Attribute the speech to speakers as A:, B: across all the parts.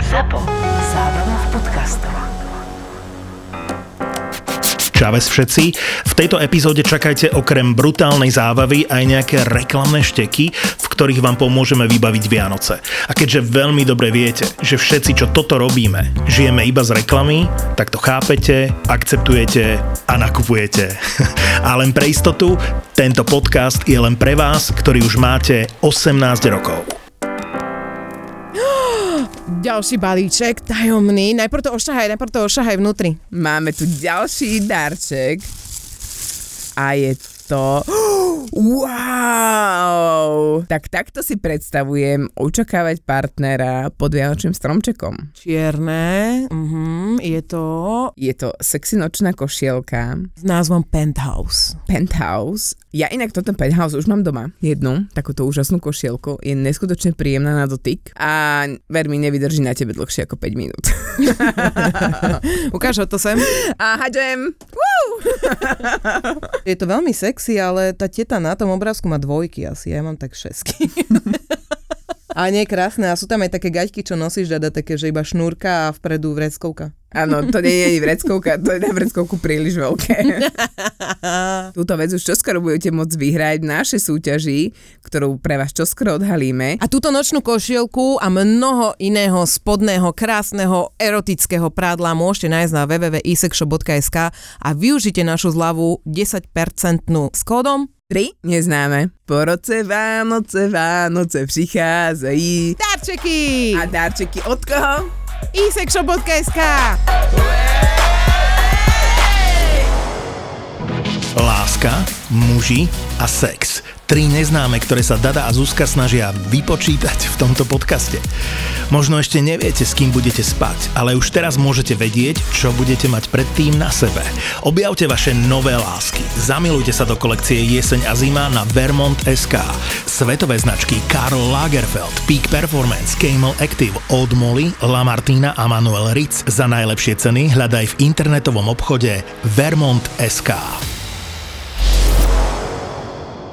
A: ZAPO. Zábrná v podcastov.
B: Čaves všetci. V tejto epizóde čakajte okrem brutálnej zábavy aj nejaké reklamné šteky, v ktorých vám pomôžeme vybaviť Vianoce. A keďže veľmi dobre viete, že všetci, čo toto robíme, žijeme iba z reklamy, tak to chápete, akceptujete a nakupujete. a len pre istotu, tento podcast je len pre vás, ktorý už máte 18 rokov.
C: Ďalší balíček, tajomný. Najprv to ošahaj, najprv to ošahaj vnútri.
D: Máme tu ďalší darček. A je to... Wow! Tak takto si predstavujem očakávať partnera pod Vianočným stromčekom.
C: Čierne, mhm, je to
D: Je to sexy nočná košielka,
C: s názvom Penthouse.
D: penthouse. Ja inak toto penthouse už mám doma. Jednu, takúto úžasnú košielku. Je neskutočne príjemná na dotyk a ver mi, nevydrží na tebe dlhšie ako 5 minút.
C: Ukáž ho to sem.
D: A haďujem!
E: Je to veľmi sexy, ale tá teta na tom obrázku má dvojky asi, ja mám tak šesky. A nie je krásne. A sú tam aj také gaťky, čo nosíš, dada, také, že iba šnúrka a vpredu vreckovka.
D: Áno, to nie je ani vreckovka, to je na vreckovku príliš veľké. Túto vec už čoskoro budete môcť vyhrať v našej súťaži, ktorú pre vás čoskoro odhalíme.
C: A túto nočnú košielku a mnoho iného spodného, krásneho, erotického prádla môžete nájsť na www.isexshop.sk a využite našu zľavu 10% s kódom
D: Tri neznáme. Po roce Vánoce, Vánoce přichází.
C: darčeky
D: A darčeky od koho?
C: isexshop.sk
B: Láska, muži a sex. Tri neznáme, ktoré sa Dada a Zuzka snažia vypočítať v tomto podcaste. Možno ešte neviete, s kým budete spať, ale už teraz môžete vedieť, čo budete mať predtým na sebe. Objavte vaše nové lásky. Zamilujte sa do kolekcie Jeseň a zima na Vermont SK. Svetové značky Karl Lagerfeld, Peak Performance, Camel Active, Old Molly, Lamartina a Manuel Ritz. Za najlepšie ceny hľadaj v internetovom obchode Vermont SK.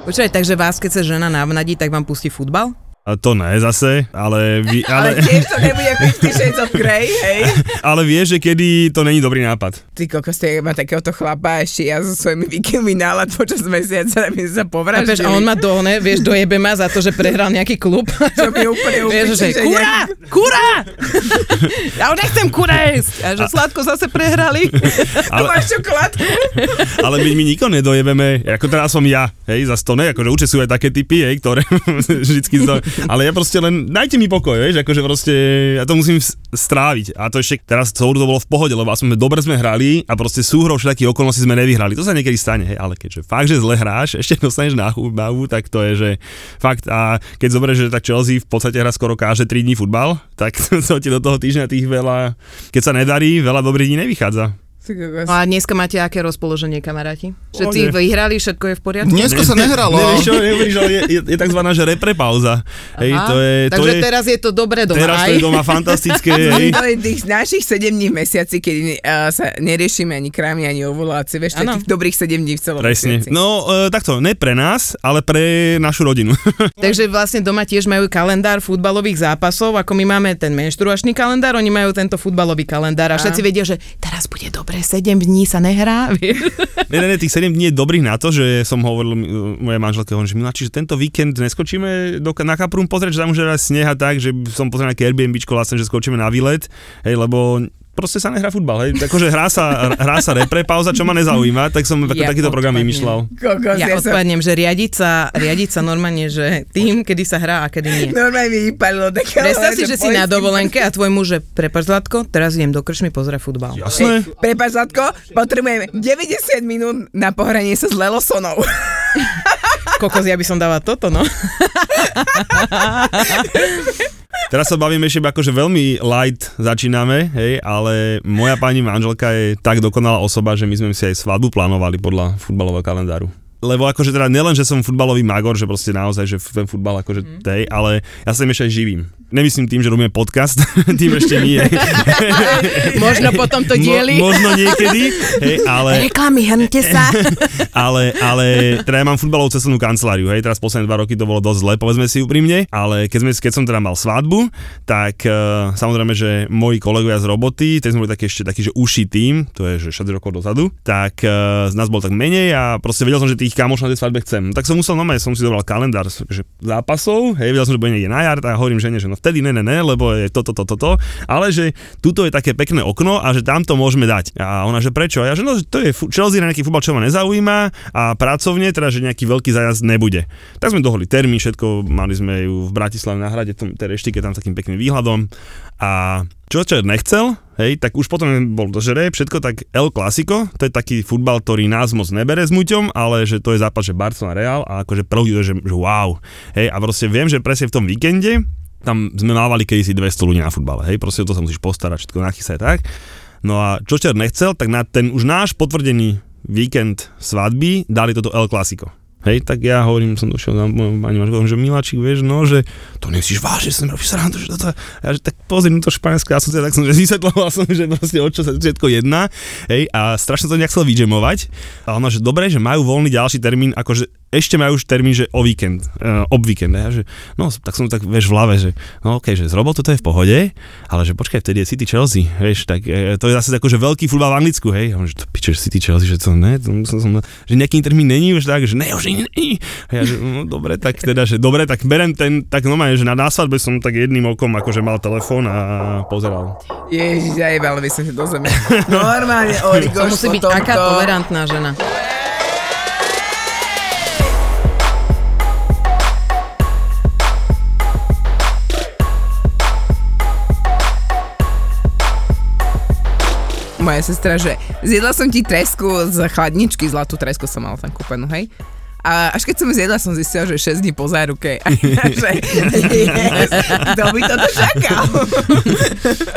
C: Počkaj, takže vás, keď sa žena navnadí, tak vám pustí futbal?
F: A to ne zase, ale, ví,
D: Ale
F: ale,
D: tiež to nebude 50 Shades of Grey, hej?
F: ale vie, že kedy to není dobrý nápad.
D: Ty kokos, to je ma takéhoto chlapa, ešte ja so svojimi výkyvmi nálad počas mesiaca, aby sme sa
C: Chápeš,
D: povraždili.
C: a on ma dohne, vieš, dojebe ma za to, že prehral nejaký klub.
D: Čo mi úplne
C: Vieš,
D: upiči,
C: že
D: že
C: kura, kura! ja už nechcem kura jesť. A že sladko zase prehrali.
D: Tu
F: Ale,
D: máš čokoládku.
F: ale my, my nikoho nedojebeme, ako teraz som ja, hej, za to ne, akože určite sú aj také typy, hej, ktoré vždycky to, ale ja proste len, dajte mi pokoj, vieš, akože proste, ja to musím s- stráviť. A to ešte teraz celú to bolo v pohode, lebo aspoň dobre sme hrali a proste súhrou všetkých okolností sme nevyhrali. To sa niekedy stane, hej, ale keďže fakt, že zle hráš, ešte dostaneš na chubavu, tak to je, že fakt, a keď zoberieš, že tak Chelsea v podstate hra skoro každé 3 dní futbal, tak to, to ti do toho týždňa tých veľa, keď sa nedarí, veľa dobrých dní nevychádza.
D: Ty kokos.
C: No a dneska máte aké rozpoloženie, kamaráti? Všetci
F: Pohode.
C: vyhrali, všetko je v poriadku?
G: Dnesko sa nehralo.
F: Nevieš čo, nevieš, ale je, je, je tzv. že reprepauza. Hej,
C: Aha.
F: to je, to
C: takže
F: je,
C: teraz je to dobre doma aj.
F: teraz to je doma fantastické. hej.
D: To je tých našich 7 dní v mesiaci, keď uh, sa neriešime ani krámy, ani ovulácie, vieš,
C: Áno.
D: takých dobrých 7 dní v celom
F: Presne.
D: mesiaci.
F: No, e, takto, ne pre nás, ale pre našu rodinu.
C: Takže vlastne doma tiež majú kalendár futbalových zápasov, ako my máme ten menštruačný kalendár, oni majú tento futbalový kalendár a všetci vedia, že teraz bude dobre, 7 dní sa nehrá, vieš.
F: ne, ne, ne, tých 7 dní je dobrých na to, že som hovoril e, mojej manželke, hovorím, že Miláči, že tento víkend neskočíme do, na Kaprún pozrieť, že tam už je sneha tak, že som pozrel nejaké Airbnbčko, vlastne, že skočíme na výlet, hej, lebo proste sa nehrá futbal, hej. Akože hrá sa, hrá sa repre, pauza, čo ma nezaujíma, tak som ako
C: Ja
F: takýto program
C: odpadnem.
F: vymýšľal.
D: Kokos, ja,
C: Ja
D: ja som
C: odpadnem, že riadiť sa, riadiť sa normálne, že tým, kedy sa hrá a kedy nie.
D: normálne mi vypadlo také...
C: Predstav
D: No, ale
C: si, že si
D: poistím.
C: na dovolenke a tvoj muž, že prepáč Zlatko, teraz idem do krčmy pozrieť futbal.
F: Jasné?
D: Prepač, Zlatko, potrebujeme 90 minút na pohranie sa s Lelosonou.
C: Kokos, ja by som dala toto, no.
F: Teraz sa bavíme ešte iba akože veľmi light začíname, hej, ale moja pani manželka je tak dokonalá osoba, že my sme si aj svadbu plánovali podľa futbalového kalendáru. lebo akože teda nielen, že som futbalový magor, že proste naozaj, že ten futbal akože mm. tej, ale ja sa im ešte aj živím. Nemyslím tým, že robíme podcast, tým ešte nie.
C: Možno potom to dieli.
F: Mo, možno niekedy, hej, ale,
C: Reklamy, hrnte sa.
F: ale, ale teda ja mám futbalovú cestovnú kanceláriu, hej, teraz posledné dva roky to bolo dosť zle, povedzme si úprimne, ale keď, sme, keď som teda mal svadbu, tak uh, samozrejme, že moji kolegovia z roboty, teď sme boli taký ešte taký, že uší tým, to je že 6 rokov dozadu, tak uh, z nás bol tak menej a proste vedel som, že tých kamošov na tej svadbe chcem. No, tak som musel, no som si zobral kalendár že zápasov, hej, vedel som, že bude niekde na jar, tak hovorím žene, že no vtedy ne, ne, ne, lebo je toto, toto, toto, ale že tuto je také pekné okno a že tam to môžeme dať. A ona, že prečo? A ja, že no, že to je fu- Chelsea na nejaký futbal, čo ma nezaujíma a pracovne, teda, že nejaký veľký zajazd nebude. Tak sme dohodli termín, všetko, mali sme ju v Bratislave na hrade, v tom tej reštike tam s takým pekným výhľadom a čo človek nechcel, hej, tak už potom bol to žere, všetko tak El Clasico, to je taký futbal, ktorý nás moc nebere s muťom, ale že to je zápas, že Barcelona Real a akože prvý, že, že wow, hej, a proste viem, že presne v tom víkende, tam sme mávali kedysi 200 ľudí na futbale, hej, proste o to sa musíš postarať, všetko nachysať tak. No a čo čer nechcel, tak na ten už náš potvrdený víkend svadby dali toto El Clasico. Hej, tak ja hovorím, som došiel za mojou pani Mašku, hovorím, že Miláčik, vieš, no, že to nemyslíš vážne, že som robíš srandu, že toto, ja, že tak pozri, no to španielská asociácia, tak som, že vysvetloval som, že proste o čo sa všetko jedná, hej, a strašne to nejak chcel vyžemovať, a ona, že dobre, že majú voľný ďalší termín, akože ešte majú už termín, že o víkend, uh, ob víkend, ja, že, no tak som tak vieš v hlave, že no okej, že z robotu to je v pohode, ale že počkaj, vtedy je City Chelsea, vieš, tak e, to je zase ako, že veľký futbal v Anglicku, hej, ja, hovorím, že to piče, že City Chelsea, že to ne, to som, som, že nejaký termín není, už tak, že ne, už nie, nie. A ja, že no dobre, tak teda, že dobre, tak berem ten, tak normálne, že na násvadbe som tak jedným okom akože mal telefón a pozeral.
D: Ježiš, ja jebalo by som sa do zeme. Normálne, Origo,
C: To musí byť taká tolerantná žena.
D: moja sestra, že zjedla som ti tresku z chladničky, zlatú tresku som mala tam kúpenú, hej? A až keď som ju zjedla, som zistila, že 6 dní po záruke. A ja, že, yes, kto by toto čakal?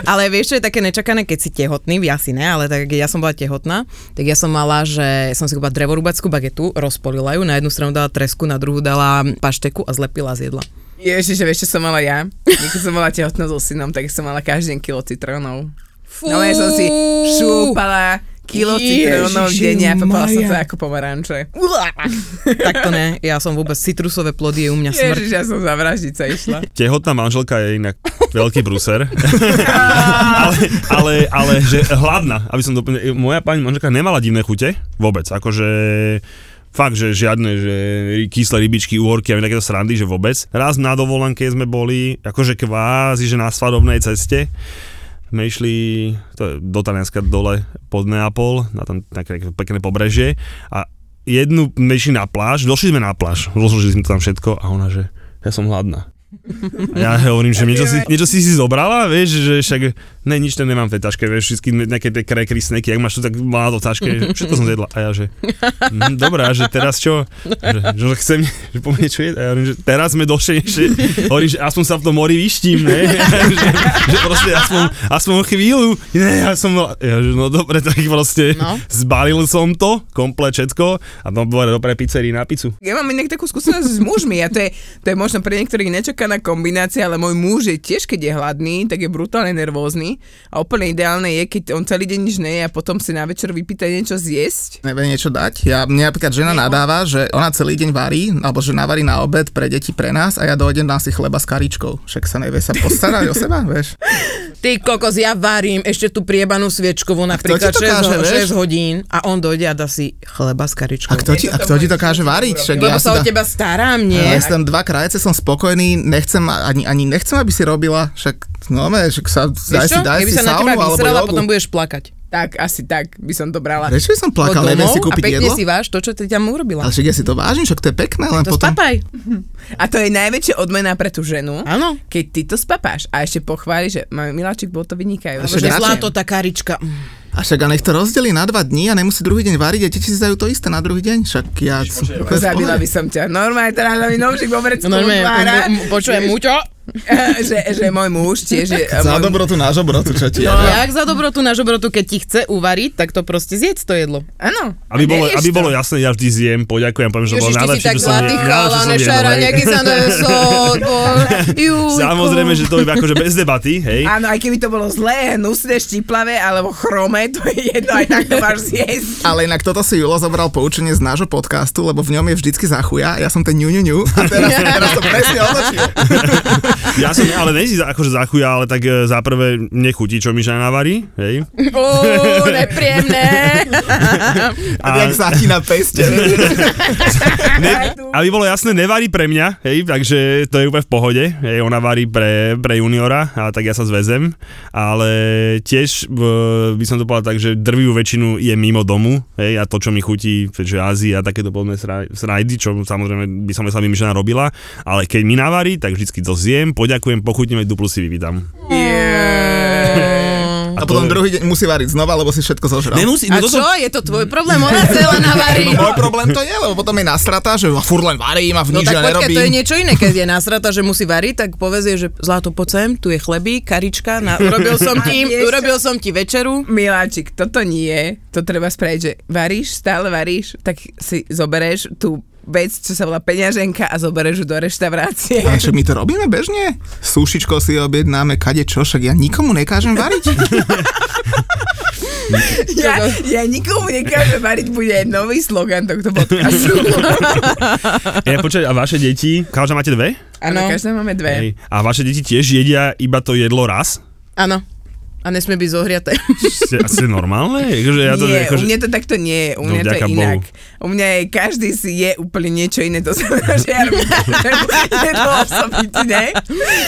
C: Ale vieš, čo je také nečakané, keď si tehotný, ja si ne, ale tak keď ja som bola tehotná, tak ja som mala, že som si kúpila drevorúbackú bagetu, rozpolila ju, na jednu stranu dala tresku, na druhú dala pašteku a zlepila z jedla.
D: Ježiš, že vieš, čo som mala ja? Keď som bola tehotná so synom, tak som mala každý deň kilo citrónov.
C: Fú,
D: No len som si šúpala kilo citrónov
C: Ježiši
D: denne a papala som to
C: Maria.
D: ako pomaranče.
C: Tak to ne, ja som vôbec citrusové plody je u mňa smrť.
D: Ježiš, ja som za vraždica išla.
F: Tehotná manželka je inak veľký bruser. ale, ale, ale, že hladná, aby som doplnil, moja pani manželka nemala divné chute, vôbec, akože fakt, že žiadne, že kyslé rybičky, uhorky a takéto srandy, že vôbec. Raz na dovolenke sme boli, akože kvázi, že na svadobnej ceste, sme išli to je do Talianska dole pod Neapol, na tam také také pekné pobrežie a jednu sme išli na pláž, došli sme na pláž, rozložili sme tam všetko a ona, že ja som hladná. A ja hovorím, že niečo si, niečo si si zobrala, vieš, že však ne, nič to nemám v tej taške, vieš, všetky nejaké tie krekry, sneky, ak máš to tak má to v taške, že všetko som zjedla. A ja, že mm, dobrá, že teraz čo? Že, že chcem, že po mne čo je? A ja hovorím, že teraz sme došli, že hovorím, že aspoň sa v tom mori vyštím, ne? že, že proste aspoň, aspoň chvíľu. Ne, ja som, ja, že no dobre, tak proste
C: No.
F: no. zbalil som to, komplet všetko a tam bolo do pizzerii na pizzu.
D: Ja mám inak takú skúsenosť s mužmi a to je, to je možno pre niektorých nečakaná kombinácia, ale môj muž je tiež, keď je hladný, tak je brutálne nervózny a úplne ideálne je, keď on celý deň nič neje a potom si na večer vypýta niečo zjesť.
G: nevie niečo dať. Ja, mne napríklad žena nadáva, že ona celý deň varí, alebo že navarí na obed pre deti, pre nás a ja dojdem dám si chleba s karičkou. Však sa nevie sa postarať o seba, vieš.
C: Ty kokos, ja varím ešte tú priebanú sviečkovú napríklad
G: ti
C: 6,
G: to káže, vieš?
C: 6 hodín a on dojde a dá si chleba s karičkou.
G: A kto ti, a kto ti dokáže variť? Však
C: Lebo
G: ja
C: sa
G: si
C: o
G: dá-
C: teba starám,
G: Ja
C: nie?
G: Len dva krajce som spokojný, nechcem, ani, ani nechcem, aby si robila, však no, ne, však sa, daj
C: Vieš
G: si,
C: čo?
G: daj
C: Keby
G: si
C: sa na
G: saunu
C: teba
G: alebo
C: vysrala,
G: jogu.
C: potom budeš plakať.
D: Tak, asi tak by som to brala.
G: Prečo by som plakal,
C: Od
G: neviem
C: domov a
G: si kúpiť
C: pekne
G: jedlo?
C: si váš to, čo ti tam urobila.
G: Ale však ja si to vážim, však to je pekné, len
C: To
G: potom...
C: spapaj.
D: A to je najväčšia odmena pre tú ženu,
C: Áno.
D: keď ty to spapáš a ešte pochváli, že "Ma- Miláčik, bol to vynikajúce.
G: Že
C: Že
G: radšej.
C: zlato, tá karička.
G: A však a nech to rozdelí na dva dní a nemusí druhý deň variť a deti si dajú to isté na druhý deň, však ja... to je v pohode.
D: Zabila by som ťa. Normálne, teraz mi nožík vo vrecku
C: No, Normálne,
D: otvára.
C: m- m- počujem, Muťo,
D: že, že môj muž tiež je...
G: Za
D: môj-
G: dobrotu na žobrotu, čo ti je.
H: No, jak za dobrotu na žobrotu, keď ti chce uvariť, tak to proste zjedz to jedlo.
D: Áno.
F: Aby bolo,
D: Vieš
F: aby
D: to.
F: bolo jasné, ja vždy zjem, poďakujem, poviem, že
H: Ježiš,
F: bolo
H: ty si
F: najlepšie,
H: tak
F: čo som
H: zlatý
F: jedol. najlepšie
H: chalán,
F: som jedol,
H: šara,
F: hej.
H: nejaký sa nesol,
F: Samozrejme, že to je akože bez debaty, hej.
D: Áno, aj keby to bolo zlé, hnusné, štiplavé alebo chromé, to je jedno, aj tak to máš zjesť.
G: Ale inak toto si Julo zobral poučenie z nášho podcastu, lebo v ňom je vždycky za chuja. Ja som ten ňu, ňu, ňu. A teraz, teraz to presne otočil.
F: Ja som, ale není za- akože za chuja, ale tak e, za prvé nechutí, čo mi žena navarí, hej.
H: Ó, nepríjemné.
G: A jak zatína peste.
F: ne, aby bolo jasné, nevarí pre mňa, hej, takže to je úplne v pohode. Hej, ona varí pre, pre juniora, a tak ja sa zvezem. Ale tiež e, by som to povedal tak, že drvivú väčšinu je mimo domu, hej, a to, čo mi chutí, že Ázia a takéto podobné sra- srajdy, čo samozrejme by som sa mi žena robila, ale keď mi navarí, tak vždycky to zjem, poďakujem, pochutím, aj duplu si vyvídam.
G: A potom druhý deň musí variť znova, lebo si všetko zožral.
F: Nemusí,
H: A
F: no to som,
H: čo, je to tvoj problém? Ona celá navarí.
G: Môj problém to je, lebo potom je nasratá, že fur len varím a
H: No
G: v nič ja
H: tak počkaj, to je
G: nerobím.
H: niečo iné, keď je nasrata, že musí variť, tak povedz jej, že zlato poď sem, tu je chlebík, karička, na, urobil som ti,
D: vieš čo?
H: urobil som ti večeru.
D: Miláčik, toto nie, to treba spraviť, že varíš, stále varíš, tak si zobereš tú vec, čo sa volá peňaženka a zoberieš ju do reštaurácie.
G: A však my to robíme bežne? Súšičko si objednáme, kade čo, však ja nikomu nekážem variť.
D: Ja, ja nikomu nekážem variť, bude aj nový slogan tohto podcastu.
F: ja, počkaj, a vaše deti, každá máte dve?
D: Áno, každá máme dve.
F: Hej. A vaše deti tiež jedia iba to jedlo raz?
H: Áno. A nesmie byť zohriaté.
F: Ste, a ste normálne? Akože ja to,
D: nie,
F: akože...
D: u mňa to takto nie je, u
F: No,
D: mňa to je
F: vďaka
D: inak. U mňa je, každý si je úplne niečo iné, to znamená, že ja robím jedno osobitne.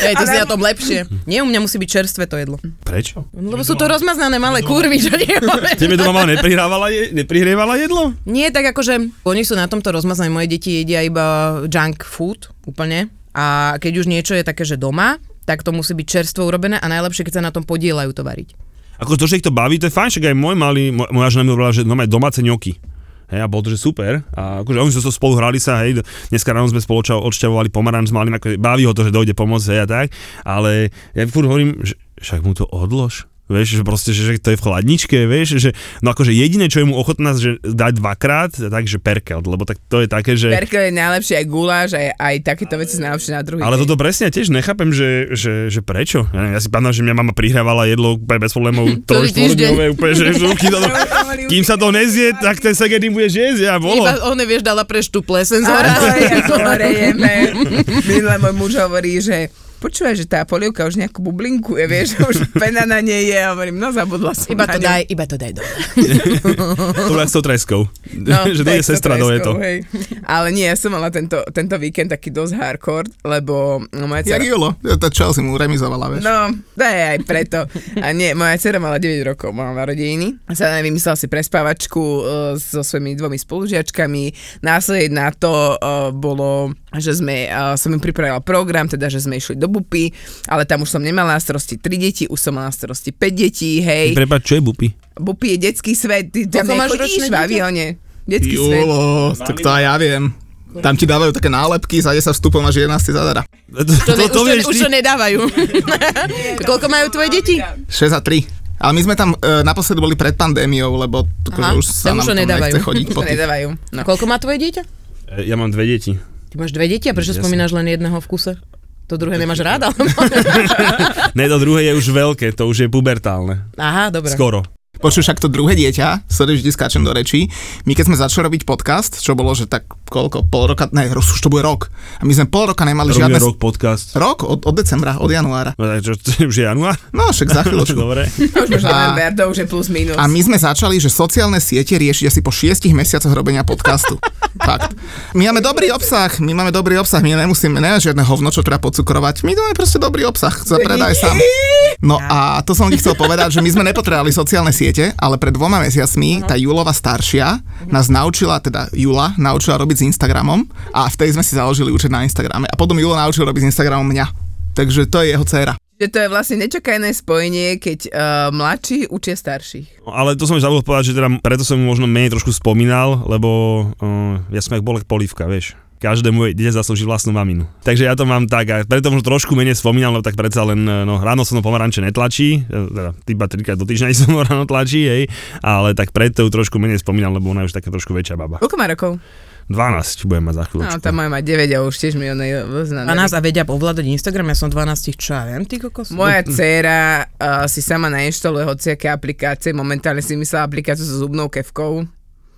H: Hej, to si na
D: Ale-
H: tom lepšie. Nie, u mňa musí byť čerstvé to jedlo.
F: Prečo?
H: No, lebo sú to rozmaznané malé kurvy, čo nie
F: Tebe to mama neprihrávala, je, neprihrievala jedlo?
H: Nie, tak akože oni sú na tomto rozmaznaní. Moje deti jedia iba junk food úplne. A keď už niečo je také, že doma, tak to musí byť čerstvo urobené a najlepšie, keď sa na tom podielajú to variť.
F: Ako to, že ich to baví, to je fajn, však aj môj malý, mo- moja žena mi hovorila, že normálne domáce ňoky. Hej, a bolo to, že super. A akože oni sa to spolu hrali sa, hej, dneska ráno sme spolu čau- odšťavovali pomaranč s malým, ako baví ho to, že dojde pomôcť, hej, a tak. Ale ja furt hovorím, že však mu to odlož. Vieš, že proste, že, že to je v chladničke, vieš, že no akože jediné, čo je mu ochotná, že dať dvakrát, takže perkelt, lebo tak to je také, že...
D: Perkel je najlepšie aj guláš, aj, aj takéto veci sú najlepšie na druhý
F: Ale
D: deň.
F: toto presne ja tiež nechápem, že, že, že prečo. Ja, neviem, ja si pamätám, že mňa mama prihrávala jedlo úplne bez problémov
H: Celý
F: trojštvorodiové, úplne, že že kým, sa to, kým sa to nezje, tak ten segedin bude jesť a bolo.
H: Iba on vieš, dala preč tú plesen z hora.
D: Áno, ja to orejeme. Minule môj muž hovorí, že počúvaj, že tá polievka už nejakú bublinku je, vieš, že už pena na nej je. A hovorím, no zabudla som
H: Iba to
D: na ňu.
H: daj, iba to daj dole.
F: To bolo jak s tou treskou.
D: No,
F: že to je
D: tak
F: sestra,
D: to
F: to je
D: treskou,
F: to.
D: Hej. Ale nie, ja som mala tento, tento víkend taký dosť hardcore, lebo no, moja
G: Jak
D: dcera...
G: Julo, to čo si mu remizovala, vieš.
D: No, to je aj preto. A nie, moja dcera mala 9 rokov, mala narodeniny. Sa vymyslela si prespávačku e, so svojimi dvomi spolužiačkami. Následne na to e, bolo, že sme, e, som im pripravila program, teda, že sme išli do Bupy, ale tam už som nemala na starosti 3 deti, už som mala na starosti 5 detí, hej.
F: Prepač, čo je bupy?
D: Bupy je detský svet, ty tam
H: Koľko máš ročné
D: nechodíš v
H: dieťa?
D: avióne. Detský svet.
G: Julo, tak to aj ja viem. Tam ti dávajú také nálepky, zade sa vstupom až 11 zadara.
F: To, to,
H: To, ne,
F: to
H: už,
F: vieš
H: to, už
F: ty.
H: to nedávajú. Koľko majú tvoje deti?
G: 6 a 3. Ale my sme tam e, naposledy boli pred pandémiou, lebo akože
H: Aha,
G: už sa
H: tam už
G: nám
H: to
G: to
H: nedávajú.
G: nechce chodiť po
D: To
G: tých.
D: nedávajú. No.
H: Koľko má tvoje dieťa?
F: E, Ja mám dve deti.
H: Ty máš dve deti a prečo
F: Jasne.
H: spomínaš len jedného v kuse? To druhé nemáš ráda?
F: Ne, to druhé je už veľké, to už je pubertálne.
H: Aha, dobre.
F: Skoro.
G: Počuj, však to druhé dieťa, sorry, vždy skáčem do rečí. My keď sme začali robiť podcast, čo bolo, že tak koľko, pol roka, ne, už to bude rok. A my sme pol roka nemali
F: Robíme
G: žiadne...
F: rok podcast.
G: Rok? Od, od decembra, od januára.
F: No, tak čo, to už je január?
G: No, však za chvíľočku.
F: Dobre.
D: Už máš
G: A-
D: november, to už je plus minus.
G: A my sme začali, že sociálne siete riešiť asi po šiestich mesiacoch robenia podcastu. Fakt. My máme dobrý obsah, my máme dobrý obsah, my nemusíme, ne žiadne hovno, čo treba pocukrovať. My máme proste dobrý obsah, zapredaj sám. No a to som ti chcel povedať, že my sme nepotrebovali sociálne siete, ale pred dvoma mesiacmi tá Julova staršia nás naučila, teda Jula, naučila robiť s Instagramom a vtedy sme si založili účet na Instagrame. A potom Jula naučil robiť s Instagramom mňa. Takže to je jeho dcéra.
D: Že to je vlastne nečakané spojenie, keď uh, mladší učia starších.
F: No, Ale to som už eh, zabudol povedať, že teda preto som mu možno menej trošku spomínal, lebo uh, ja som jak bolek polívka, vieš. každé moje dieťa zaslúži vlastnú maminu. Takže ja to mám tak a preto možno trošku menej spomínam, lebo tak predsa len e, no, ráno som pomaranče netlačí, e, teda iba trikrát do týždňa som ráno tlačí, hej, ale tak preto ju trošku menej spomínam, lebo ona je už taká trošku väčšia baba.
D: Koľko má rokov?
F: 12 budem mať za chvíľočku.
D: No, tam moja má 9 a už tiež mi ona je známe.
H: 12 a vedia ovládať Instagram, ja som 12, čo ja viem, ty kokos.
D: Moja dcéra uh, si sama nainštaluje hociaké aplikácie, momentálne si myslela aplikáciu so zubnou kevkou.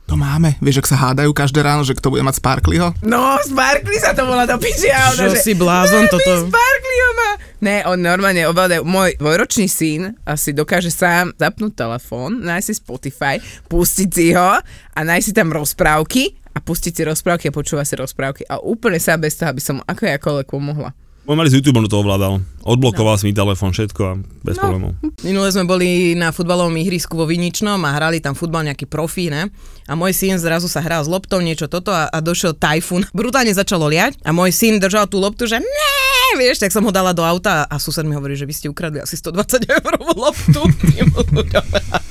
G: To máme. Vieš, ak sa hádajú každé ráno, že kto bude mať Sparklyho?
D: No, Sparkly sa to volá do piči a ona,
H: Čo
D: že,
H: si blázon
D: "Mami,
H: toto?"
D: Sparkly ho má. Ne, on normálne ovláda, môj dvojročný syn asi dokáže sám zapnúť telefón, nájsť si Spotify, pustiť si ho a nájsť si tam rozprávky a pustiť si rozprávky a počúva si rozprávky a úplne sa bez toho, aby som mu ako jakoľvek pomohla.
F: On mali z YouTube, on to ovládal. Odblokoval no. si mi telefón, všetko a bez no. problémov.
H: Minule sme boli na futbalovom ihrisku vo Viničnom a hrali tam futbal nejaký profí, ne? A môj syn zrazu sa hral s loptou, niečo toto a, a došiel tajfún. Brutálne začalo liať a môj syn držal tú loptu, že ne, vieš, tak som ho dala do auta a sused mi hovorí, že vy ste ukradli asi 120 eurovú loptu. Tým ľuďom,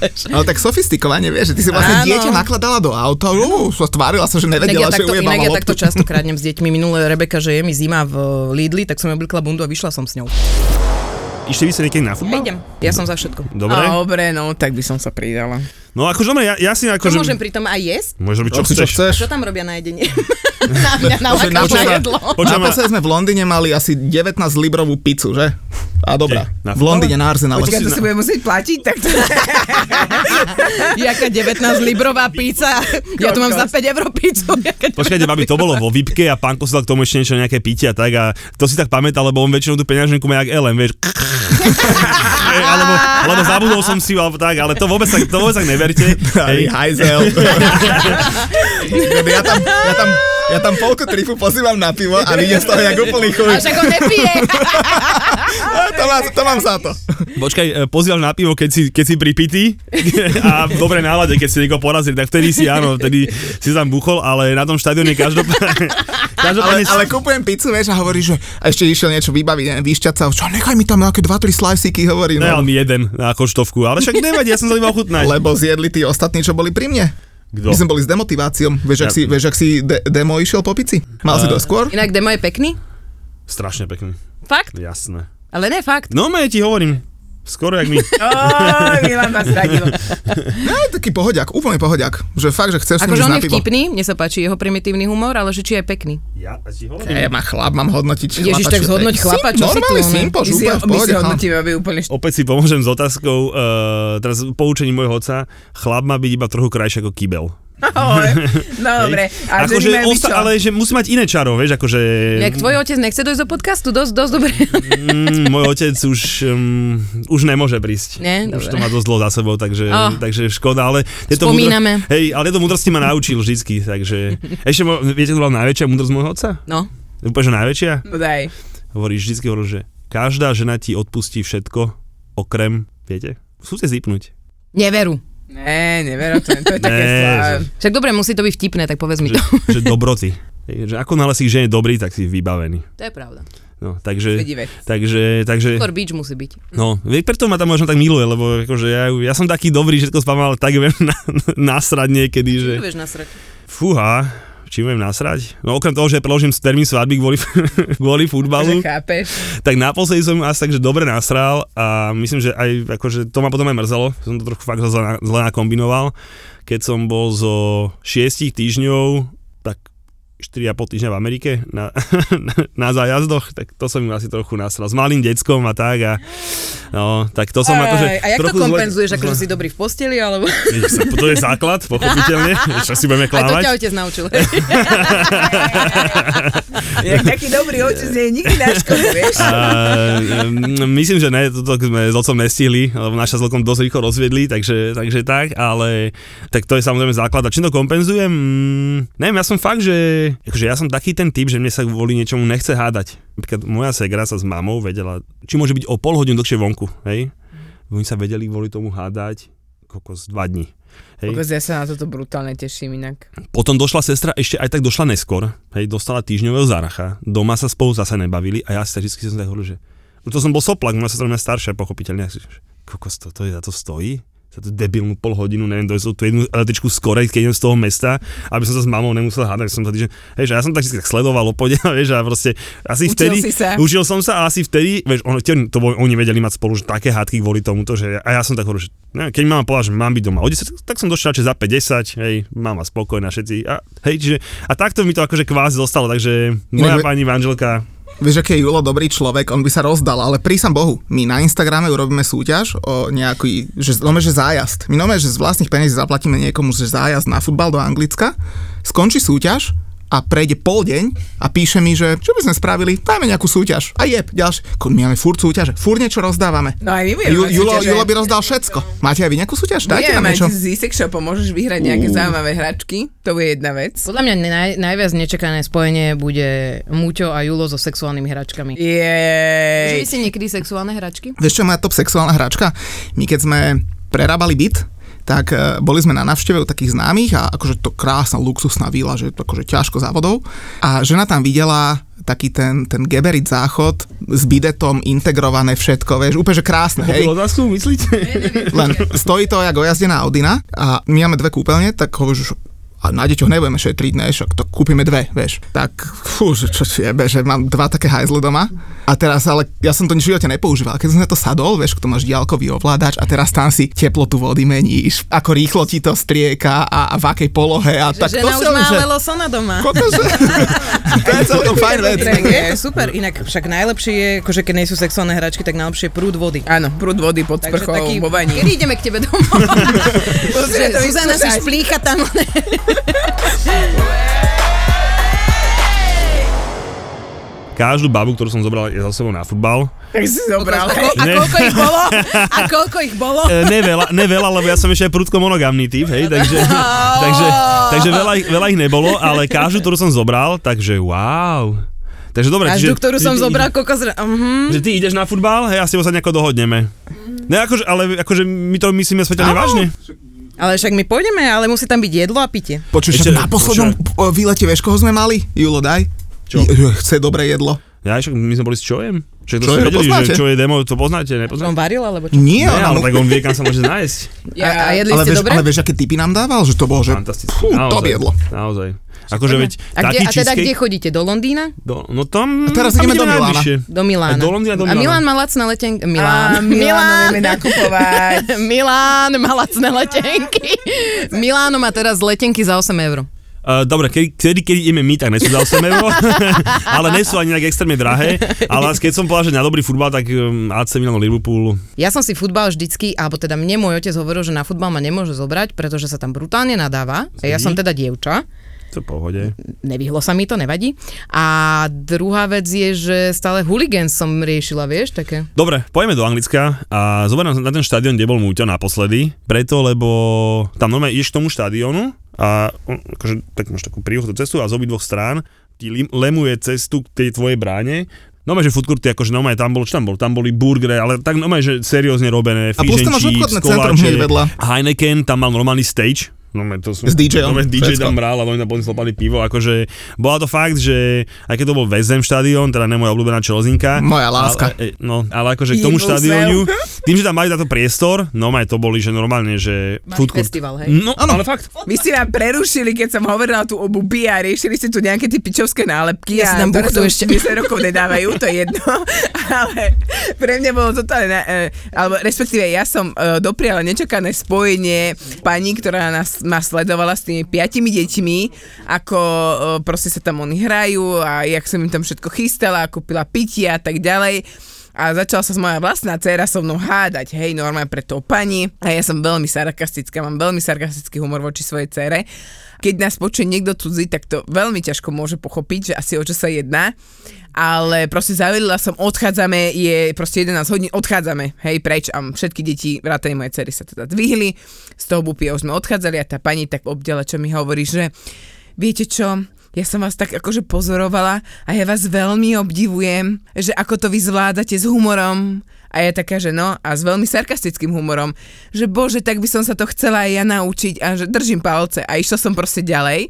H: vieš.
G: Ale tak sofistikovane, vieš, že ty si vlastne
H: Áno.
G: dieťa nakladala do auta, ú, sa tvárila sa, že
H: Inak ja
G: nevedela, že
H: takto,
G: ujebala
H: inak ja
G: loptu.
H: takto často kradnem s deťmi. Minulé Rebeka, že je mi zima v eh, Lidli, tak som jej oblikla bundu a vyšla som s ňou.
F: Išli by ste niekedy
H: Ja
F: na futbal?
H: idem. Ja som za všetko.
F: Dobre.
D: A, dobre, no, tak by som sa pridala.
F: No akože dobre, ja, ja si
H: Čo
F: akože...
H: môžem pritom aj jesť?
F: Môžeš robiť, čo
G: Rob si, No, čo
F: chceš.
G: chceš.
H: Čo tam robia na jedenie? na mňa, na,
G: Že
H: na,
G: na-
H: na
G: počúva-
H: jedlo.
F: Počujem
G: na
F: ma.
G: PSE sme v Londýne mali asi 19 librovú pizzu, že? A dobrá.
F: Kde? Na
G: v Londýne na Arsenale.
D: Počkaj, to si budem musieť platiť, tak to...
H: Jaká 19 librová pizza. Ja tu mám za 5 euro pizzu. Jaká
F: Počkajte, babi, to bolo vo VIPke a pánko si dal k tomu ešte niečo, nejaké pitie a tak a to si tak pamätá, lebo on väčšinou tú peňaženku má jak Ellen, vieš. Hej, alebo, alebo zabudol som si, alebo tak, ale to vôbec tak, to vôbec tak neverte. Hej.
G: Hej, hajzel. ja, tam, ja, tam, ja tam polku trifu pozývam na pivo a vidím z toho jak úplný chuj.
H: A však ho nepije.
G: To, má, to mám za to.
F: Počkaj, e, pozývaš na pivo, keď si, keď si pripitý a v dobrej nálade, keď si niekoho porazil, tak vtedy si, áno, vtedy si tam buchol, ale na tom štadióne každopádne...
G: Ale,
F: každopádne
G: ale kúpujem pizzu, vieš, a hovorí, že a ešte išiel niečo vybaviť, neviem, vyšťať sa, čo, nechaj mi tam nejaké 2-3 sliceky, hovorí,
F: Ne, ale
G: no.
F: mi jeden na koštovku, ale však nevadí, ja som sa iba ochutnať.
G: Lebo zjedli tí ostatní, čo boli pri mne.
F: Kto?
G: My sme boli s demotiváciom. Vieš, ak
F: Ja-
G: si, vieš, ak si de- demo išiel po pici? Mal si to skôr?
H: Inak demo je pekný?
F: Strašne pekný,
H: Fakt?
F: jasné.
H: Ale ne fakt.
F: No, ja ti hovorím, skoro jak my.
D: Ó, Milan ma zradil.
G: Ne, taký pohodiak, úplne pohodiak. Že fakt, že chceš s ním
H: Akože
G: ísť
H: on
G: na
H: je
G: pivo.
H: vtipný, mne sa páči jeho primitívny humor, ale že či je pekný.
F: Ja ti hovorím.
G: Ja má chlap, mám hodnotiť.
H: Ježiš,
G: chlapa,
H: tak
G: či-
H: zhodnoť chlapa, čo si
G: normálny
H: tu, ne?
G: syn, pož,
D: My si,
G: úplne v
D: my
G: pohode,
D: si
G: chlap.
D: hodnotíme, aby úplne št-
F: Opäť si pomôžem s otázkou, uh, teraz poučením môjho otca, chlap má byť iba trochu krajší ako kybel.
D: Ahoj. No dobre, a ženy
F: Ako, že
H: Akože
D: majú byť
F: osta-
D: čo?
F: ale že musí mať iné čaro, vieš, akože...
H: Jak tvoj otec nechce dojsť do podcastu, dosť, dosť dobre.
F: Mm, môj otec už, um, už nemôže prísť.
H: Ne, dobre.
F: už to má dosť dlho za sebou, takže,
H: Oh.
D: Ah.
F: takže škoda, ale... tieto
H: Spomíname.
F: Múdro- hej, ale tieto múdrosti ma naučil vždycky, takže... Ešte, mo- viete, to bola najväčšia múdrosť môjho otca?
H: No,
F: Úplne, že najväčšia?
D: No daj.
F: Hovorí, vždycky hovoril, že každá žena ti odpustí všetko, okrem, viete? Skúste zipnúť.
H: neveru.
D: Ne, neveru, to, to je také
F: Ne,
D: slá.
F: že-
H: Však dobre, musí to byť vtipné, tak povedz mi
F: že,
H: to.
F: že dobroty. Že ako náhle si k žene dobrý, tak si vybavený.
H: To je pravda.
F: No, takže,
D: Vedivec.
F: takže, takže,
H: Skôr bič musí byť.
F: no, vie, preto ma tam možno tak miluje, lebo akože ja, ju- ja som taký dobrý, všetko spám, ale tak viem na, nasrať niekedy, že
H: Tu vieš nasrať.
F: fúha, čím viem nasrať? No okrem toho, že preložím termín svadby kvôli, kvôli
D: Že
F: futbalu,
D: chápeš?
F: tak naposledy som ju asi takže dobre nasral a myslím, že aj akože to ma potom aj mrzelo, že som to trochu fakt zle, zle nakombinoval. Keď som bol zo 6 týždňov, tak 4,5 týždňa v Amerike na, na, na zájazdoch, tak to som im asi trochu nasral. S malým deckom a tak a no, tak to som akože
H: Aj, a jak to
F: trochu
H: kompenzuješ, akože si dobrý v posteli, alebo...
F: Zle, to je základ, pochopiteľne, čo si
H: Aj
F: budeme
H: to ťa
F: klávať.
H: otec naučil.
D: Jak taký dobrý otec nie je nikdy na školu, vieš?
F: A, mm, myslím, že ne, toto sme s otcom nestihli, lebo naša s Lelkom dosť rýchlo rozviedli, takže, takže tak, ale tak to je samozrejme základ. A čím to kompenzujem? Mm, neviem, ja som fakt, že akože ja som taký ten typ, že mne sa kvôli niečomu nechce hádať. Napríklad moja segra sa s mamou vedela, či môže byť o pol hodinu dlhšie vonku, hej? Oni sa vedeli kvôli tomu hádať kokos dva dní. Hej.
D: Kokos, ja sa na toto brutálne teším inak.
F: Potom došla sestra, ešte aj tak došla neskôr, hej, dostala týždňového záracha, doma sa spolu zase nebavili a ja si tak vždy som tak hovoril, že no to som bol soplak, moja sestra je staršia, pochopiteľne, ja si, že kokos, to, to, je- za to stojí? za tú debilnú pol hodinu, neviem, dojsť tú jednu električku skorej, keď idem z toho mesta, aby som sa s mamou nemusel hádať, že som sa že, hej, že ja som tak vždy tak sledoval opode, vieš, a proste asi
D: Učil
F: vtedy,
D: si sa.
F: učil som sa a asi vtedy, vieš, on, tie- to boli, oni vedeli mať spolu že také hádky kvôli tomuto, že a ja som tak hovoril, že ne, keď mama povedala, že mám byť doma o 10, tak som došiel radšej za 50, hej, mama spokojná, všetci, a hej, čiže, a takto mi to akože kvázi zostalo, takže moja
G: Inak-
F: pani manželka,
G: Vieš, aký je Julo dobrý človek, on by sa rozdal, ale prísam Bohu, my na Instagrame urobíme súťaž o nejaký, že, nome, že zájazd. My nome, že z vlastných peniazí zaplatíme niekomu, že zájazd na futbal do Anglicka, skončí súťaž a prejde pol deň a píše mi, že čo by sme spravili, dajme nejakú súťaž. A jeb, ďalšie. Ko- My máme furt súťaže, furt niečo rozdávame.
D: No aj my budeme
G: Ju,
D: mať
G: Julo,
D: súťaže.
G: Julo by rozdal všetko. Máte aj vy nejakú súťaž? Dajte
D: Budeme
G: nám
D: mať
G: niečo.
D: z Isek Shopom môžeš vyhrať nejaké zaujímavé hračky, to je jedna vec.
H: Podľa mňa naj, najviac nečakané spojenie bude Muťo a Julo so sexuálnymi hračkami. Že
D: Jej.
H: vy si niekedy sexuálne hračky?
G: Vieš, čo je moja top sexuálna hračka? My keď sme prerábali byt, tak e, boli sme na návšteve u takých známych a akože to krásna luxusná vila, že je to akože ťažko závodov. A žena tam videla taký ten, ten geberit záchod s bidetom integrované všetko, vieš, úplne že krásne, hej.
F: pochopil otázku, myslíte?
G: Len stojí to jak ojazdená Audina a my máme dve kúpeľne, tak hovoríš, že a na deťoch nebudeme šetriť, ne, však tak kúpime dve, vieš. Tak, fú, že čo si jebe, že mám dva také hajzle doma. A teraz, ale ja som to nič v živote nepoužíval. Keď som sa to sadol, vieš, to máš diálkový ovládač a teraz tam si teplotu vody meníš, ako rýchlo ti to strieka a, a v akej polohe. A tak to
H: Žena
G: si
H: už
G: len,
H: má
G: že-
H: lelo sona doma.
G: Kokos, že- to je celkom fajn vec.
H: Je to super, inak však najlepšie je, akože keď nie sú sexuálne hračky, tak najlepšie je prúd vody.
D: Áno, prúd vody pod
H: Takže
D: sprchou,
H: taký,
D: vo vani.
H: kedy ideme k tebe domov?
D: Musíme to
H: Že Zuzana si
D: vyskúšať.
H: šplícha tam.
F: Každú babu, ktorú som zobral, je za sebou na futbal.
D: Tak si zobral.
H: A koľko ich bolo? A koľko ich bolo?
F: E, neveľa, neveľa, lebo ja som ešte aj prudko monogamný typ, hej, takže, takže, takže veľa, ich, veľa ich nebolo, ale každú, ktorú som zobral, takže wow. Takže dobre,
H: Každú, ktorú som
F: že ty-
H: zobral, koľko zra... Mhm.
F: Že ty ideš na futbal, hej, a s tebou sa nejako dohodneme.
H: Hm.
F: Ne, akože, ale akože my to myslíme svetelne vážne.
H: Ale však my pôjdeme, ale musí tam byť jedlo a pitie.
G: Počuš,
F: Ešte-
G: však na poslednom o, výlete, vieš, koho sme mali? Julo, daj.
F: Čo?
G: J- Chce dobré jedlo.
F: Ja, však my sme boli s Čojem. Však to
G: Čo
F: ste
G: je,
F: vedeli,
G: poznáte?
F: že čo je demo, to poznáte,
H: On
F: nepoznáte?
H: varil, alebo čo?
G: Nie,
F: Ne,
G: ona
F: ale
G: mu
F: tak on vie, kam sa môže nájsť.
H: A, a jedli
G: ale
H: ste
G: vieš,
H: dobre?
G: ale vieš, aké typy nám dával? Že to bolo, že
F: Fantastické.
G: fú, to
F: naozaj,
G: jedlo.
F: Naozaj. Akože veď,
H: A, kde,
F: taký
H: a teda
F: cheesecake-
H: kde chodíte? Do Londýna?
F: Do, no tam...
G: A teraz
F: tam
G: ideme do Milána.
F: najbližšie.
H: Do Milána.
F: Do Londýna, do
H: A
F: Milána.
H: Milán má lacné letenky.
D: A
H: Milán.
D: Milán ideme nakupovať.
H: Milán má lacné letenky. Miláno má teraz letenky za 8 eur.
F: Uh, dobre, kedy, kedy, keď ideme my, tak nesú za 8 eur, ale nie sú ani tak extrémne drahé, ale zas keď som povedal, že na dobrý futbal, tak um, AC Milan Liverpool,
H: Ja som si futbal vždycky, alebo teda mne môj otec hovoril, že na futbal ma nemôže zobrať, pretože sa tam brutálne nadáva. A Ja
F: Mhm.
H: som teda dievča,
F: to v pohode.
H: nevyhlo sa mi to, nevadí. A druhá vec je, že stále huligán som riešila, vieš, také.
F: Dobre, pojeme do Anglicka a zoberám na ten štadión, kde bol Múťo naposledy, preto, lebo tam normálne ideš k tomu štadiónu a on, akože, tak máš takú príhodnú cestu a z obi dvoch strán ti lim, lemuje cestu k tej tvojej bráne. No že food courty, akože normálne tam bol, čo tam bol? Tam boli burgery, ale tak normálne, že seriózne robené,
G: A plus tam máš obchodné centrum hneď vedľa.
F: Heineken, tam mal normálny stage, No, to som,
G: S DJom,
F: No, DJ tam
G: všetko.
F: hral a oni tam potom slopali pivo. Akože, bola to fakt, že aj keď to bol West Ham štadión, teda ne moja obľúbená Čelzinka.
G: Moja láska.
F: Ale, e, no, ale akože k tomu
D: Evil
F: štadiónu, tým, že tam mali táto priestor, no aj to boli, že normálne, že...
H: Malý
F: food court.
H: festival, hej?
F: No, ano. ale fakt.
D: Vy ste ma prerušili, keď som hovorila tu o bubi a riešili ste tu nejaké tie pičovské nálepky.
H: Ja si dám
D: a ktoré
H: buchtu
D: sa už
H: ešte.
D: 10 rokov nedávajú, to je jedno. Ale pre mňa bolo totálne, na- eh, alebo respektíve ja som eh, dopriala nečakané spojenie pani, ktorá nás, ma sledovala s tými piatimi deťmi, ako eh, proste sa tam oni hrajú a jak som im tam všetko chystala, kúpila pitia a tak ďalej a začala sa moja vlastná dcéra so mnou hádať, hej, normálne pre tou pani. A ja som veľmi sarkastická, mám veľmi sarkastický humor voči svojej cére. Keď nás počuje niekto cudzí, tak to veľmi ťažko môže pochopiť, že asi o čo sa jedná. Ale proste zavedla som, odchádzame, je proste 11 hodín, odchádzame, hej, preč. A všetky deti, vrátane mojej cery sa teda dvihli, z toho bupia už sme odchádzali a tá pani tak obdela, čo mi hovorí, že viete čo, ja som vás tak akože pozorovala a ja vás veľmi obdivujem, že ako to vy zvládate s humorom. A ja taká, že no, a s veľmi sarkastickým humorom, že bože, tak by som sa to chcela aj ja naučiť a že držím palce a išla som proste ďalej.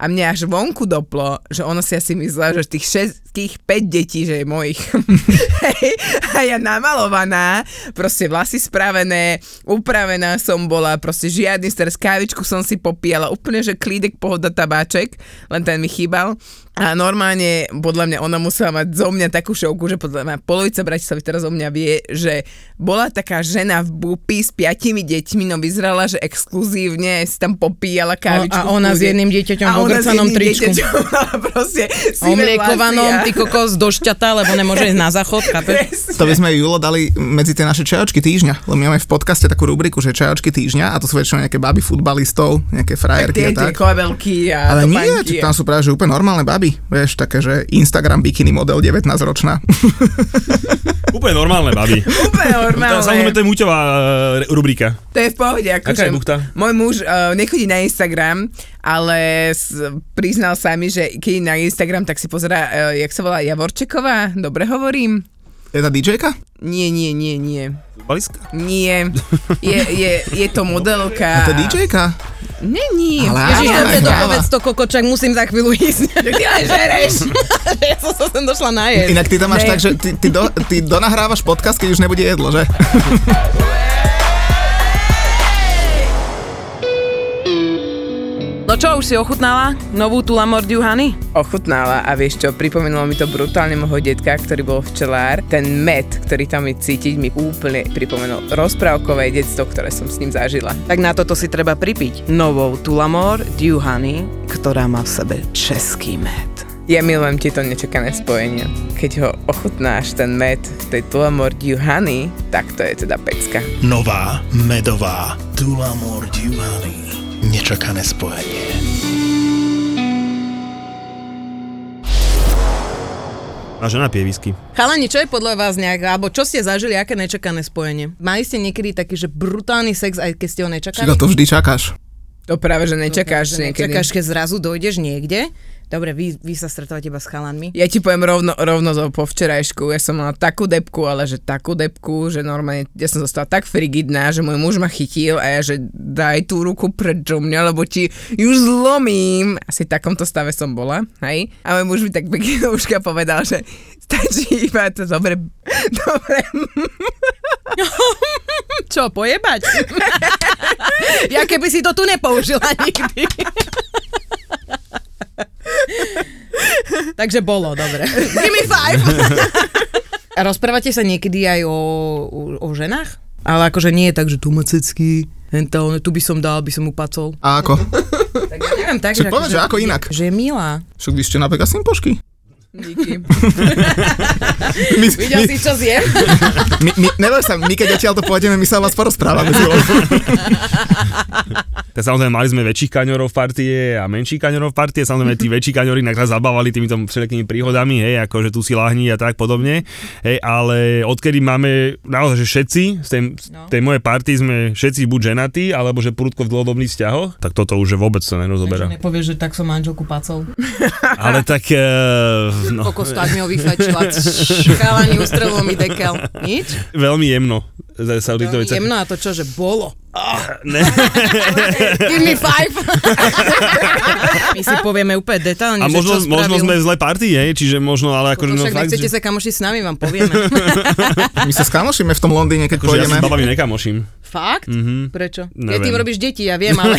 D: A mňa až vonku doplo, že ona si asi myslela, že tých všetkých 5 detí, že je mojich. Hej. a ja namalovaná, proste vlasy spravené, upravená som bola, proste žiadny stres, kávičku som si popíjala, úplne, že klídek, pohoda, tabáček, len ten mi chýbal. A normálne, podľa mňa, ona musela mať zo mňa takú šovku, že podľa mňa polovica Bratislavy teraz o mňa vie, že bola taká žena v bupi s piatimi deťmi, no vyzerala, že exkluzívne si tam popíjala kávičku.
H: a
D: v
H: ona s
D: kľude.
H: jedným dieťaťom v
D: A ona s
H: ogrcanom
D: jedným
H: tričku.
D: dieťaťom mala proste sivé vlasy
H: Omliekovanom,
D: a-
H: ty kokos, došťata, lebo nemôže ísť na záchod, chápeš?
D: Presne.
G: To by sme Julo dali medzi tie naše čajočky týždňa, lebo my máme v podcaste takú rubriku, že čajočky týždňa a to sú väčšinou nejaké baby futbalistov, nejaké frajerky
D: Tie,
G: a
D: tie
G: tak.
D: kobelky a
G: Ale nie,
D: topánky
G: či
D: a-
G: tam sú práve že úplne normálne baby, vieš, také, že Instagram bikini model 19 ročná.
F: Úplne normálne, babi.
D: Úplne
F: Tá, Samozrejme,
D: normálne.
F: to je Muťová e, rubrika.
D: To je v pohode. Ako
F: Aká je buchta?
D: Môj muž uh, nechodí na Instagram, ale s, priznal sa mi, že keď je na Instagram, tak si pozera, uh, jak sa volá Javorčeková, dobre hovorím?
G: Je tá DJka?
D: Nie, nie, nie, nie.
F: Baliska?
D: Nie. Je, je, je to modelka.
G: To je DJka?
D: Není.
G: Ale
H: Ježiš,
G: áno,
H: dobre,
G: áno.
H: dopovedz to, kokočak, musím za chvíľu ísť.
D: Ty len žereš.
H: ja som sa sem došla na jesť.
G: Inak ty tam máš
D: Ne.
G: tak, že ty, ty, do, ty donahrávaš podcast, keď už nebude jedlo, že?
H: No čo, už si ochutnala novú tu Lamordiu Hany?
D: Ochutnala a vieš čo, pripomenulo mi to brutálne môjho detka, ktorý bol včelár. Ten med, ktorý tam je cítiť, mi úplne pripomenul rozprávkové detstvo, ktoré som s ním zažila.
H: Tak na toto si treba pripiť novou Tulamor Duhany, ktorá má v sebe český med.
D: Ja milujem tieto nečakané spojenia. Keď ho ochutnáš, ten med tej Tulamor Juhany, tak to je teda pecka.
B: Nová, medová, Tulamor Divani. Nečakané spojenie.
F: A žena pije whisky.
H: Chalani, čo je podľa vás nejaké, alebo čo ste zažili, aké nečakané spojenie? Mali ste niekedy taký, že brutálny sex, aj keď ste ho nečakali?
G: Čiže to vždy čakáš.
D: To práve, že nečakáš
H: Že
D: niekedy.
H: Nečakáš, keď zrazu dojdeš niekde. Dobre, vy, vy sa stretávate iba s chalanmi.
D: Ja ti poviem rovno, rovno zo po včerajšku, ja som mala takú depku, ale že takú depku, že normálne, ja som zostala tak frigidná, že môj muž ma chytil a ja, že daj tú ruku preč do mňa, lebo ti ju zlomím. Asi v takomto stave som bola, hej. A môj muž mi tak pekne do uška povedal, že stačí iba to dobre, dobre
H: Čo, pojebať? ja keby si to tu nepoužila nikdy. Takže bolo, dobre. Give me five. A rozprávate sa niekedy aj o, o, o ženách? Ale akože nie je tak, že tu ma cecky, henta, ono, tu by som dal, by som upacol.
G: A ako?
H: Tak ja neviem, tak,
G: Však povedz, že ako inak.
H: Že akože je milá.
G: Však vy ste napríklad simpošky.
D: Díky.
G: My, my,
H: Videl si, čo zjem?
G: my, my, neboj sa, my keď odtiaľ to pôjdeme, my sa o vás porozprávame. Zilo.
F: Tak samozrejme, mali sme väčších kaňorov v partie a menších kaňorov v partie. Samozrejme, tí väčší kaňori nás zabávali týmito všelijakými príhodami, hej, ako že tu si lahni a tak podobne. Hej, ale odkedy máme, naozaj, že všetci z tej, no. tej mojej party sme všetci buď ženatí, alebo že prudko v dlhodobných vzťahoch, tak toto už že vôbec sa nerozoberá.
H: Nepovieš, že tak som manželku pacol.
F: Ale tak, e, no,
H: Kokos, tak mi ho vyfajčila. Chalani, ustrelilo mi dekel. Nič?
F: veľmi jemno. Za
H: Veľmi
F: Sauditovice.
H: jemno a to čo, že bolo.
F: Ne.
H: Give me five. My si povieme úplne detálne,
F: A
H: že
F: možno,
H: čo
F: možno
H: spravil.
F: sme v zlej partii, hej, čiže možno, ale akože
H: Kokos,
F: no
H: však
F: fakt,
H: nechcete
F: že,
H: sa kamoši s nami, vám povieme.
G: My sa skamošíme v tom Londýne, keď
F: akože ja
G: pôjdeme.
F: sa s babami nekamoším.
H: Fakt?
F: Mhm.
H: Prečo? Keď
F: Neviem.
H: tým robíš deti, ja viem, ale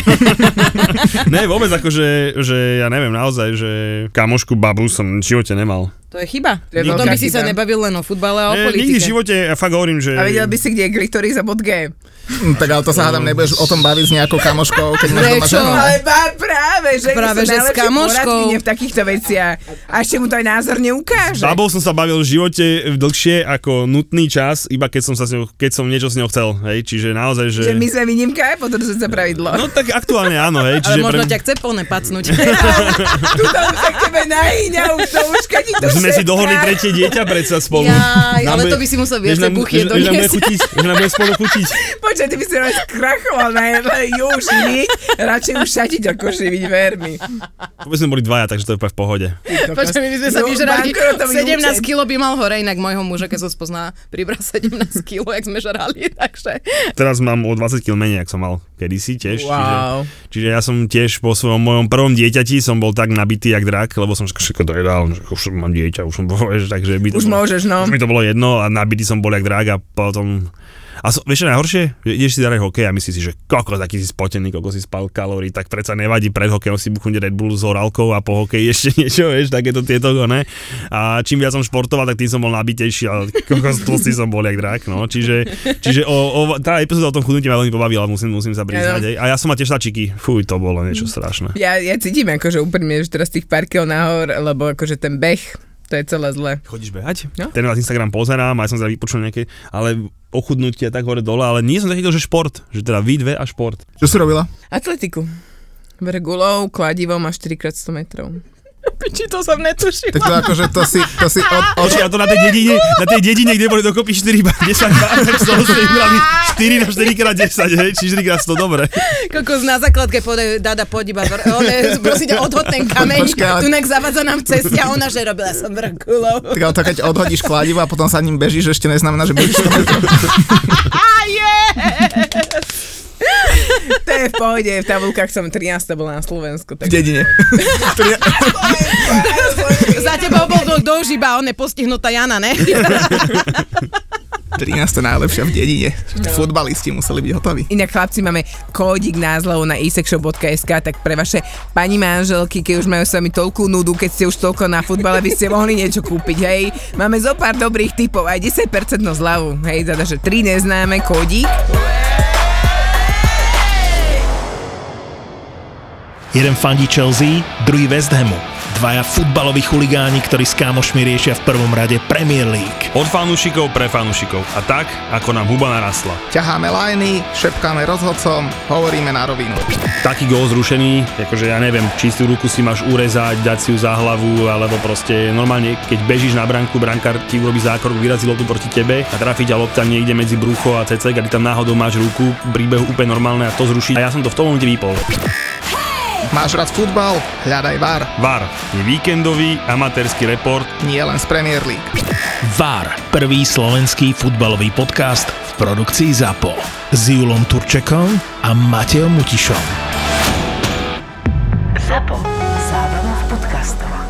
F: Ne, vôbec akože, že ja neviem naozaj, že kamošku babu som v živote nemal.
H: to je chyba.
D: To je
H: Potom
D: veľká
H: by si sa
D: chyba.
H: nebavil len o futbale a o
F: Ne, nikdy v
H: politike.
F: živote, ja fakt hovorím, že...
D: A vedel by si, kde je glitory za bod G.
G: Hm, Tak ale to sa hádam, nebudeš o tom baviť s nejakou kamoškou, keď máš doma
H: Prečo?
G: ženu.
D: No, Ale pá, práve, že
H: Práve, že
D: sú
H: s
D: najlepšie
H: kamoškou.
D: poradkyne v takýchto veciach. A ešte mu to aj názorne ukáže.
F: Babou som sa bavil v živote dlhšie ako nutný čas, iba keď som, sa s ňou, keď som niečo s ňou chcel, hej, čiže naozaj,
D: Že
F: že...
D: my sme výnimka, podržuť sa pravidlo.
F: No tak aktuálne áno, hej,
H: Ale
F: čiže...
H: možno ťa chce plne pacnúť.
D: Tu tam sa k tebe nahyňa, už to už keď to
F: Už sme si
D: všetká.
F: dohodli tretie dieťa predsa spolu.
H: Jaj,
F: Nám
H: ale
F: bude-
H: to by si musel
F: vieš,
H: viacej
F: nám-
H: buchie
F: vieš, vieš, nám bude
H: doniesť.
F: chutiť, Že nám bude spolu chutiť.
D: Počkaj, ty by si raz krachoval na jedle, ju už nič, radšej už šatiť ako živiť, ver mi.
F: Vôbec sme boli dvaja, takže to je úplne v pohode.
H: Počkaj, my sme sa
D: No,
H: vyžrali.
D: bankrotom
H: 17
D: Jučen.
H: kg by mal hore, inak môjho muža, keď som spoznala, pribral 17 kg, jak sme žrali, takže...
F: Teraz mám o 20 kg menej, ako som mal kedysi tiež. Čiže,
D: Wow.
F: Čiže ja som tiež po svojom mojom prvom dieťati som bol tak nabitý jak drak, lebo som všetko dojedal, že už mám dieťa rodiča, už som bol, vieš, takže by to
D: Už
F: bolo,
D: môžeš, no.
F: Už mi to bolo jedno a nabitý som bol jak drák a potom... A so, vieš čo je najhoršie? Že ideš si zahrať hokej a myslíš si, že kokos, aký si spotený, koľko si spal kalórií, tak predsa nevadí pred hokejom si buchnúť Red Bull s horálkou a po hokeji ešte niečo, vieš, takéto tieto, ne? A čím viac som športoval, tak tým som bol nabitejší, ale kokos tlustý som bol jak drak, no. Čiže, čiže o, o, tá epizóda o tom chudnutí ma veľmi pobavila, musím, musím sa priznať. hej. A ja som mal tiež sačiky, fuj, to bolo niečo strašné.
D: Ja, ja cítim akože úprimne, že teraz tých pár kil nahor, lebo akože ten beh, to je celé zle.
F: Chodíš behať?
D: No.
F: Ten vás Instagram pozerám, aj som sa vypočul nejaké, ale ochudnutie tak hore dole, ale nie som takýto, že šport, že teda vy dve a šport.
G: Čo si robila?
D: Atletiku. Vrgulou, kladivom a 4x100 metrov.
H: Piči, to som netušil.
G: Tak to akože to si, to si od, od,
F: Počkaj, a to na tej dedine, na tej dedine, kde boli dokopy 4 x 10 pár, tak som si im dali 4 na 4 x 10, hej, či 4 x 100, dobre.
H: Kokos na základke povedajú, Dada, poď iba, vr- one, prosím ťa, odhod ten kameň,
G: Počkaj, ale-
H: tu nek zavadza nám v ceste a ona, že robila som vrkulov.
G: tak, ale to keď odhodíš kladivo a potom sa ním bežíš, ešte neznamená, že budeš
D: To je v pohode, v tabulkách som 13. bola na Slovensku.
G: v
D: Tak...
G: dedine.
H: Za tebou bol dlh dož iba, on je postihnutá Jana, ne?
G: 13. najlepšia v dedine. Futbalisti museli byť hotoví.
D: Inak chlapci máme kódik názlov na isekshop.sk, tak pre vaše pani manželky, keď už majú s vami toľkú nudu, keď ste už toľko na futbale, by ste mohli niečo kúpiť, hej. Máme zo pár dobrých typov, aj 10% zľavu, hej, teda, že 3 neznáme, kódik.
B: Jeden fandí Chelsea, druhý West Hamu. Dvaja futbaloví chuligáni, ktorí s kámošmi riešia v prvom rade Premier League.
F: Od fanúšikov pre fanúšikov. A tak, ako nám huba narastla.
G: Ťaháme lajny, šepkáme rozhodcom, hovoríme na rovinu.
F: Taký gól zrušený, akože ja neviem, čistú ruku si máš urezať, dať si ju za hlavu, alebo proste normálne, keď bežíš na branku, brankár ti urobí zákrok, vyrazí loptu proti tebe a trafí ťa lopta niekde medzi brucho a cecek a ty tam náhodou máš ruku, príbehu úplne normálne a to zruší. A ja som to v tom momente vypol.
G: Máš rád futbal? Hľadaj VAR,
F: VAR je víkendový amatérsky report.
G: nie len z Premier League.
B: VAR, prvý slovenský futbalový podcast v produkcii ZAPO. S Julom Turčekom a Mateom Mutišom.
A: Zapo. Zábrná v podcastovách.